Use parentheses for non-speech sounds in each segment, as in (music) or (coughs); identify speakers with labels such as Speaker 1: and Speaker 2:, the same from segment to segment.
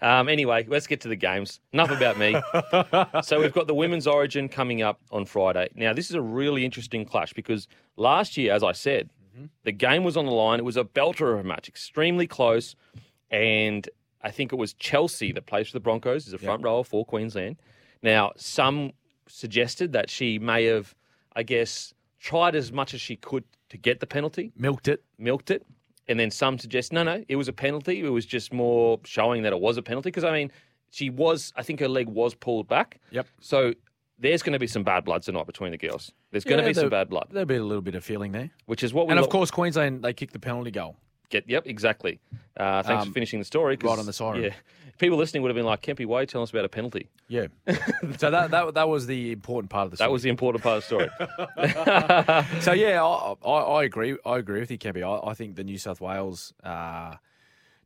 Speaker 1: Um, anyway, let's get to the games. Enough about me. so we've got the women's origin coming up on Friday. Now, this is a really interesting clash because last year, as I said, the game was on the line. It was a belter of a match, extremely close. And I think it was Chelsea that plays for the Broncos as a front rower for Queensland. Now, some suggested that she may have, I guess, tried as much as she could to get the penalty
Speaker 2: Milked it.
Speaker 1: milked it. And then some suggest, no, no, it was a penalty. It was just more showing that it was a penalty. Because, I mean, she was, I think her leg was pulled back.
Speaker 2: Yep.
Speaker 1: So there's going to be some bad blood tonight between the girls. There's going to
Speaker 2: Yeah,
Speaker 1: be some
Speaker 2: there-
Speaker 1: bad blood,
Speaker 2: There'll be a little bit of feeling there.
Speaker 1: which is what we
Speaker 2: And of
Speaker 1: lo-
Speaker 2: course, Queensland, they kicked the penalty goal.
Speaker 1: get. Yep, exactly. Uh, thanks
Speaker 2: Um,
Speaker 1: for finishing the story. 'cause-
Speaker 2: right on the siren.
Speaker 1: Yeah. People listening would have been like, Kempy Way, tell us about a penalty. (laughs)
Speaker 2: Yeah. so that, that that was the important part of the
Speaker 1: That
Speaker 2: story.
Speaker 1: was the important part of the
Speaker 2: (laughs)
Speaker 1: story.
Speaker 2: So yeah, I, I, I agree. I agree with you, Kempy. I, I think the New South Wales, uh,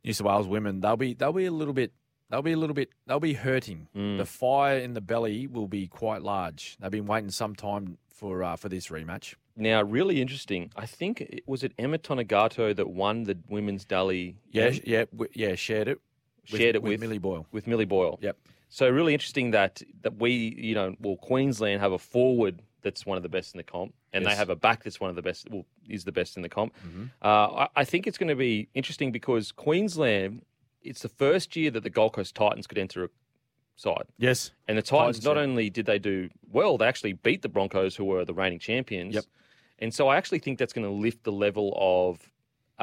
Speaker 2: New South Wales women, they'll be they'll be a little bit they'll be a little bit they'll be hurting.
Speaker 1: Mm.
Speaker 2: The fire in the belly will be quite large. They've been waiting some time for uh, for this rematch.
Speaker 1: now, really interesting. I think, it, was it Emma Tonagato that won the women's dally?
Speaker 2: Yeah, sh- yeah, w- yeah. Shared it.
Speaker 1: Shared it with-
Speaker 2: Millie Boyle.
Speaker 1: With Millie Boyle.
Speaker 2: Yep.
Speaker 1: So really interesting that that we, you know, well, Queensland have a forward that's one of the best in the comp, and they
Speaker 2: Yes.
Speaker 1: have a back that's one of the best, well, is the best in the comp. Uh, I, I think it's going to be interesting because Queensland, it's the first year that the Gold Coast Titans could enter a side,
Speaker 2: Yes.
Speaker 1: and the Titans,
Speaker 2: Titans,
Speaker 1: not
Speaker 2: yeah.
Speaker 1: only did they do well, they actually beat the Broncos, who were the reigning champions.
Speaker 2: Yep.
Speaker 1: And so I actually think that's going to lift the level of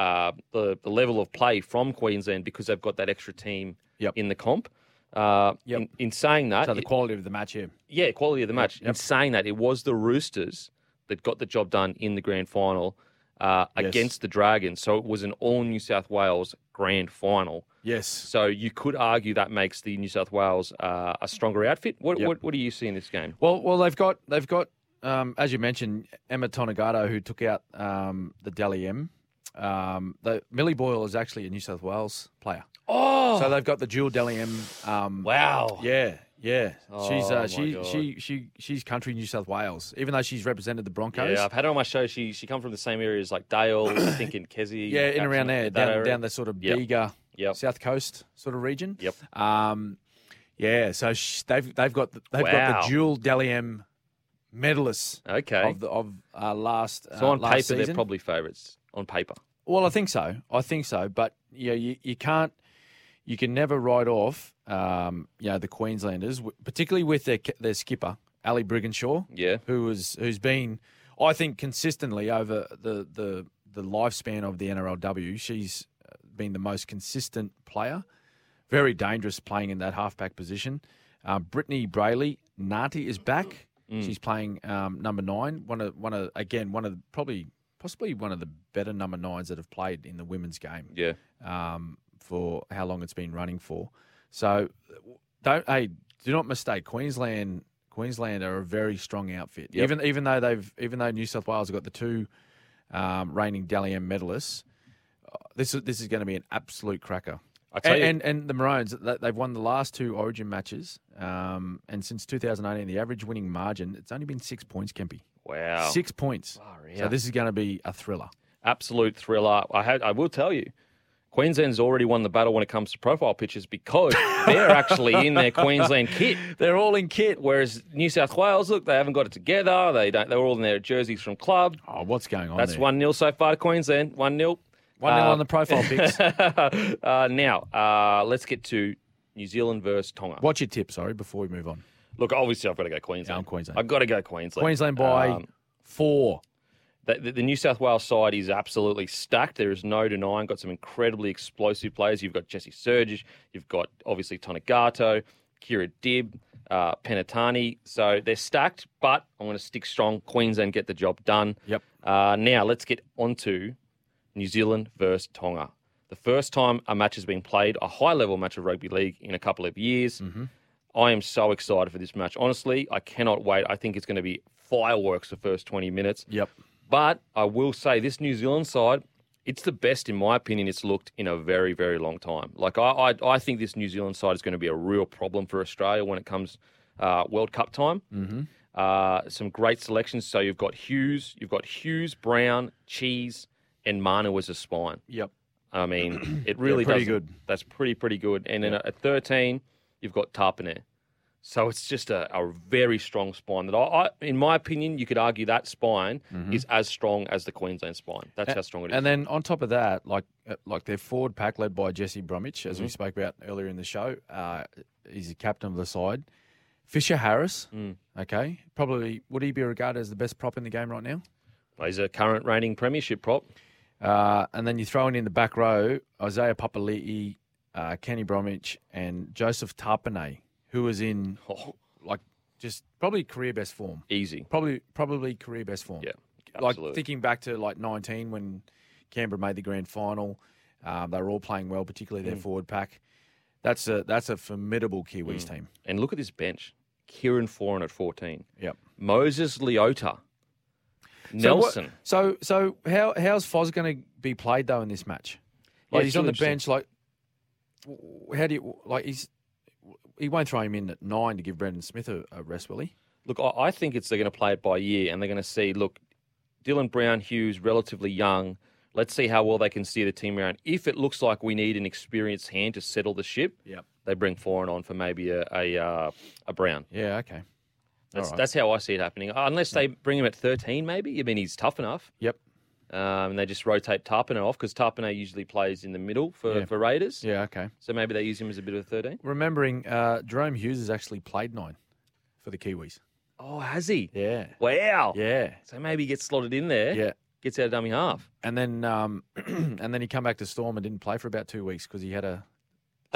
Speaker 1: uh, the, the level of play from Queensland because they've got that extra team
Speaker 2: Yep.
Speaker 1: in the comp. Uh,
Speaker 2: Yep.
Speaker 1: in, in saying that,
Speaker 2: So the
Speaker 1: it-
Speaker 2: quality of the match here.
Speaker 1: yeah, quality of the match. In saying that, it was the Roosters that got the job done in the grand final uh,
Speaker 2: Yes.
Speaker 1: against the Dragons. So it was an all New South Wales grand final.
Speaker 2: Yes.
Speaker 1: So you could argue that makes the New South Wales uh, a stronger outfit. What,
Speaker 2: Yep.
Speaker 1: what what do you see in this game?
Speaker 2: Well, well, they've got they've got um, as you mentioned Emma Tonegado who took out um, the Deli M. Um, the, Millie Boyle is actually a New South Wales player,
Speaker 1: Oh,
Speaker 2: so they've got the dual Deli M. Um,
Speaker 1: wow.
Speaker 2: Yeah, yeah. she's
Speaker 1: Oh,
Speaker 2: uh,
Speaker 1: my
Speaker 2: she
Speaker 1: God.
Speaker 2: she she she's country New South Wales, even though she's represented the Broncos.
Speaker 1: Yeah, I've had her on my show. She she come from the same area as like
Speaker 2: (coughs)
Speaker 1: Dale, I think in Kedzie.
Speaker 2: Yeah, in around there,
Speaker 1: Jackson, that
Speaker 2: down,
Speaker 1: area.
Speaker 2: down the sort of
Speaker 1: Yep.
Speaker 2: bigger
Speaker 1: Yep.
Speaker 2: south coast sort of region.
Speaker 1: Yep.
Speaker 2: Um, yeah, so sh- they've they've got the, they've got
Speaker 1: Wow.
Speaker 2: the dual Deli M medalists
Speaker 1: Okay.
Speaker 2: of the, of uh, last.
Speaker 1: so
Speaker 2: uh,
Speaker 1: on
Speaker 2: last
Speaker 1: paper, they're
Speaker 2: season.
Speaker 1: probably favourites. On paper.
Speaker 2: Well, I think so. I think so. But yeah, you, you can't. You can never write off, um, you know, the Queenslanders, w- particularly with their ca- their skipper Ali Brigginshaw,
Speaker 1: Yeah.
Speaker 2: who was who's been, I think, consistently over the the the lifespan of the NRLW, she's uh, been the most consistent player. Very dangerous playing in that halfback position. Uh, Brittany Brayley Nati is back. She's playing um, number nine. One of one of again one of the, probably possibly one of the better number nines that have played in the women's game
Speaker 1: Yeah.
Speaker 2: um, for how long it's been running for. So don't hey, do not mistake Queensland. Queensland are a very strong outfit.
Speaker 1: Yep.
Speaker 2: Even even though they've even though New South Wales have got the two um, reigning Dally M medalists, uh, this is this is going to be an absolute cracker.
Speaker 1: I tell
Speaker 2: And,
Speaker 1: you,
Speaker 2: and and the Maroons th- they've won the last two Origin matches, um, and since 2018, the average winning margin it's only been six points. Kempy,
Speaker 1: wow.
Speaker 2: six points. So this is going to be a thriller.
Speaker 1: absolute thriller. I had, I will tell you, Queensland's already won the battle when it comes to profile pictures
Speaker 2: (laughs)
Speaker 1: because they're actually in their Queensland kit.
Speaker 2: They're all in kit.
Speaker 1: Whereas New South Wales, look, they haven't got it together. They don't. They're all in their jerseys from club.
Speaker 2: Oh, what's going on?
Speaker 1: That's
Speaker 2: there?
Speaker 1: one 0 so far to Queensland. One 0
Speaker 2: One nil on the profile pics.
Speaker 1: (laughs) uh, now uh, let's get to New Zealand versus Tonga.
Speaker 2: What's your tip? Sorry, before we move on,
Speaker 1: Look, obviously I've got to go Queensland. Um,
Speaker 2: Yeah, I'm Queensland.
Speaker 1: I've got to go Queensland.
Speaker 2: Queensland by
Speaker 1: Um,
Speaker 2: four.
Speaker 1: The, the, the New South Wales side is absolutely stacked. There is no denying. Got some incredibly explosive players. You've got Jesse Surge. You've got obviously Tonagato, Kira Dib, uh, Penatani. So they're stacked, but I'm going to stick strong. Queensland get the job done.
Speaker 2: Yep.
Speaker 1: Uh, now let's get onto New Zealand versus Tonga. The first time a match has been played, a high level match of rugby league in a couple of years. I am so excited for this match. Honestly, I cannot wait. I think it's going to be fireworks the first 20 minutes.
Speaker 2: Yep.
Speaker 1: But I will say this New Zealand side, it's the best, in my opinion, it's looked in a very, very long time. Like, I, I, I think this New Zealand side is going to be a real problem for Australia when it comes uh, World Cup time. Mm-hmm. Uh, some great selections. So you've got Hughes, you've got Hughes, Brown, Cheese, and Manu as a spine.
Speaker 2: Yep.
Speaker 1: I
Speaker 2: (clears throat)
Speaker 1: mean, it really
Speaker 2: pretty
Speaker 1: does.
Speaker 2: good.
Speaker 1: That's pretty pretty good. And then at 13, you've got Tarpanet. So it's just a, a very strong spine that I, I, in my opinion, you could argue that spine is as strong as the Queensland spine. That's how strong it is.
Speaker 2: Mm-hmm. And then on top of that, like uh, like their forward pack led by Jesse Bromwich, as we
Speaker 1: Mm-hmm.
Speaker 2: spoke about earlier in the show, uh, he's the captain of the side. Fisher Harris,
Speaker 1: Mm.
Speaker 2: okay, probably would he be regarded as the best prop in the game right now?
Speaker 1: He's a current reigning premiership prop.
Speaker 2: Uh, and then you're throwing in the back row Isaiah Papali'i, uh, Kenny Bromwich, and Joseph Tarpanay, who was in
Speaker 1: (laughs) Oh,
Speaker 2: like just probably career best form.
Speaker 1: easy.
Speaker 2: Probably probably career best form.
Speaker 1: Yeah,
Speaker 2: Like
Speaker 1: absolutely.
Speaker 2: thinking back to like 19 when Canberra made the grand final, um, they were all playing well, particularly
Speaker 1: Hmm.
Speaker 2: their forward pack. That's a that's a formidable Kiwis team.
Speaker 1: and look at this bench. Kieran Foran at 14.
Speaker 2: Yep.
Speaker 1: Moses Leota.
Speaker 2: So what-
Speaker 1: Nelson.
Speaker 2: So, so how how's Foz going to be played though in this match?
Speaker 1: Yeah,
Speaker 2: Like
Speaker 1: it's
Speaker 2: he's on the
Speaker 1: interesting.
Speaker 2: bench. Like w- w- how do you like he's he won't throw him in at nine to give Brendan Smith a, a rest, will he?
Speaker 1: Look, I, I think it's they're going to play it by year, and they're going to see. Look, Dylan Brown Hughes, relatively young. Let's see how well they can steer the team around. If it looks like we need an experienced hand to settle the ship,
Speaker 2: Yep.
Speaker 1: they bring foreign on for maybe a a, uh, a Brown.
Speaker 2: Yeah. Okay.
Speaker 1: That's
Speaker 2: All right.
Speaker 1: that's how I see it happening. Uh, Unless they bring him at thirteen, maybe. I mean, he's tough enough,
Speaker 2: Yep.
Speaker 1: um, and they just rotate Tarpana off because Tarpana usually plays in the middle for,
Speaker 2: Yeah.
Speaker 1: for Raiders.
Speaker 2: Yeah. Okay.
Speaker 1: So maybe they use him as a bit of a thirteen.
Speaker 2: Remembering uh, Jerome Hughes has actually played nine for the Kiwis.
Speaker 1: Oh, has he?
Speaker 2: Yeah.
Speaker 1: Wow.
Speaker 2: Yeah.
Speaker 1: So maybe he gets slotted in there.
Speaker 2: Yeah.
Speaker 1: Gets out of dummy half.
Speaker 2: And then um, (clears throat) and then he come back to Storm and didn't play for about two weeks because he
Speaker 1: (laughs)
Speaker 2: had a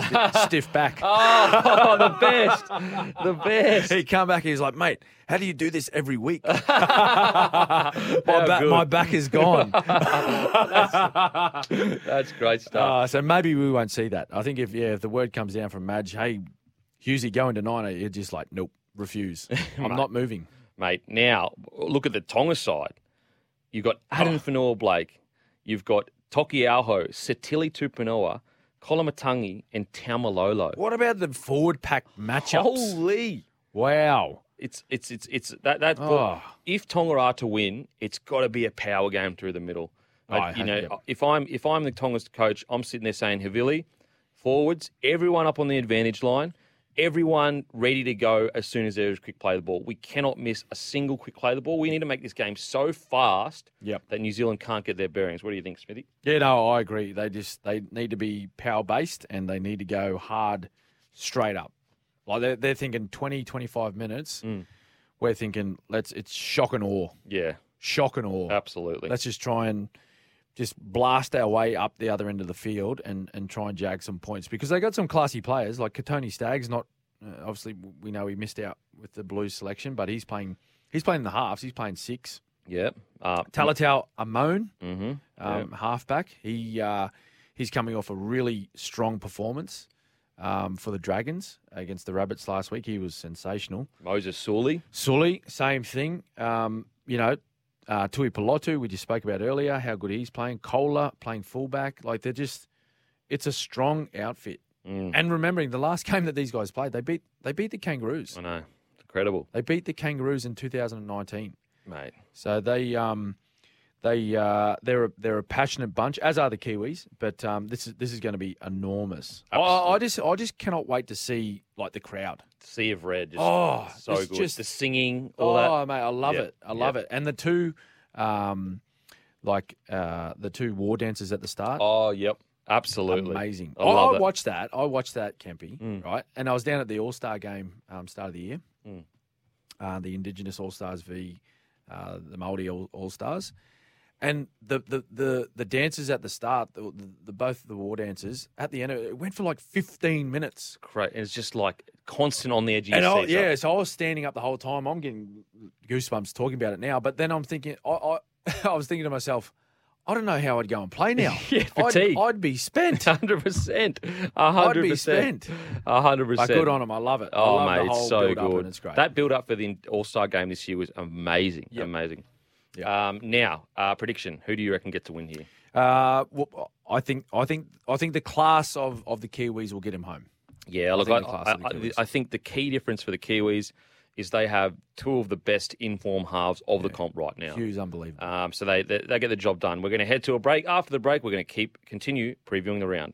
Speaker 2: sti- stiff back.
Speaker 1: Oh, the best. The best.
Speaker 2: He come back. He's like, mate, how do you do this every week?
Speaker 1: (laughs)
Speaker 2: (laughs) my, ba-
Speaker 1: good.
Speaker 2: my back
Speaker 1: (laughs)
Speaker 2: is gone.
Speaker 1: (laughs) That's great stuff.
Speaker 2: uh, so maybe we won't see that. I think if yeah, if the word comes down from Madge, hey, Husey going to nine, you're just like, nope,
Speaker 1: (laughs)
Speaker 2: refuse. I'm not moving.
Speaker 1: Mate, now look at the Tonga side. You've got Adam Fanua Blake. You've got Toki Alho, Satili Tupanoa, Kolamatangi, and Taumalolo.
Speaker 2: What about the forward pack matchups?
Speaker 1: Holy.
Speaker 2: Wow.
Speaker 1: It's it's it's it's that that
Speaker 2: Oh.
Speaker 1: if Tonga are to win, it's got to be a power game through the middle.
Speaker 2: Oh, I
Speaker 1: Like, you
Speaker 2: hope-
Speaker 1: know, uh,
Speaker 2: yep.
Speaker 1: if I'm if I'm the Tonga's coach, I'm sitting there saying Havili, forwards, everyone up on the advantage line, everyone ready to go as soon as there is a quick play of the ball. We cannot miss a single quick play of the ball. We need to make this game so fast
Speaker 2: Yep.
Speaker 1: that New Zealand can't get their bearings. What do you think, Smithy?
Speaker 2: Yeah, no, I agree. They just they need to be power based and they need to go hard straight up. Like they're, they're thinking 20, 25 minutes. We're thinking let's it's shock and awe,
Speaker 1: Yeah,
Speaker 2: shock and awe.
Speaker 1: absolutely.
Speaker 2: Let's just try and just blast our way up the other end of the field and and try and jag some points because they got some classy players like Katoni Staggs. Not uh, obviously we know he missed out with the Blues selection, but he's playing he's playing the halves. He's playing six.
Speaker 1: yeah. Uh,
Speaker 2: Talatau Amon,
Speaker 1: mm-hmm.
Speaker 2: um, halfback. He uh, he's coming off a really strong performance um, for the Dragons against the Rabbits last week. He was sensational.
Speaker 1: Moses Sully.
Speaker 2: Sully, same thing. Um, you know, uh, Tui Pilotu, we just spoke about earlier, how good he's playing. Kohler playing fullback. Like they're just, it's a strong outfit. And remembering the last (laughs) game that these guys played, they beat they beat the Kangaroos.
Speaker 1: I know. It's incredible,
Speaker 2: They beat the Kangaroos in 2019.
Speaker 1: mate.
Speaker 2: So they um they uh they're a, they're a passionate bunch, as are the Kiwis. But um, this is this is going to be enormous. I, I I just I just cannot wait to see like the crowd.
Speaker 1: Sea of Red. Just
Speaker 2: Oh,
Speaker 1: so
Speaker 2: it's
Speaker 1: good.
Speaker 2: just-
Speaker 1: the singing, all that.
Speaker 2: oh mate, I love
Speaker 1: Yeah,
Speaker 2: it. I love
Speaker 1: yeah.
Speaker 2: it. And the two, um, like uh the two war dancers at the start.
Speaker 1: Oh, yep. Absolutely.
Speaker 2: Amazing. Oh,
Speaker 1: I love it. Mm.
Speaker 2: watched that. I watched that, Kempy, right? And I was down at the All Star game um, start of the year, uh, the Indigenous All Stars v uh, the Māori All Stars. And the the the, the dancers at the start, the, the, the both the war dancers at the end, it went for like fifteen minutes.
Speaker 1: Great. And it's just like constant on the edge of your
Speaker 2: And I,
Speaker 1: seat. So-
Speaker 2: yeah, so I was standing up the whole time. I'm getting goosebumps talking about it now. But then I'm thinking, I I, (laughs) I was thinking to myself, I don't know how I'd go and play now.
Speaker 1: (laughs) Yeah,
Speaker 2: I'd,
Speaker 1: fatigue.
Speaker 2: I'd be
Speaker 1: (laughs)
Speaker 2: spent.
Speaker 1: Hundred percent, hundred
Speaker 2: spent.
Speaker 1: percent, hundred
Speaker 2: But
Speaker 1: percent.
Speaker 2: good on them. I love it. I
Speaker 1: Oh
Speaker 2: love the
Speaker 1: mate, it's
Speaker 2: whole
Speaker 1: so
Speaker 2: build-up
Speaker 1: good.
Speaker 2: And it's great.
Speaker 1: That build up for the All Star game this year was amazing, amazing. Um, now, uh, prediction: Who do you reckon gets to win here?
Speaker 2: Uh, well, I think I think I think the class of, of the Kiwis will get him home.
Speaker 1: Yeah, look, I,
Speaker 2: think the class
Speaker 1: I,
Speaker 2: of the
Speaker 1: I-
Speaker 2: Kiwis.
Speaker 1: I think the key difference for the Kiwis is they have two of the best inform halves of the comp right now.
Speaker 2: Hugh's unbelievable.
Speaker 1: Um, so they, they they get the job done. We're going to head to a break. After the break, we're going to keep continue previewing the round.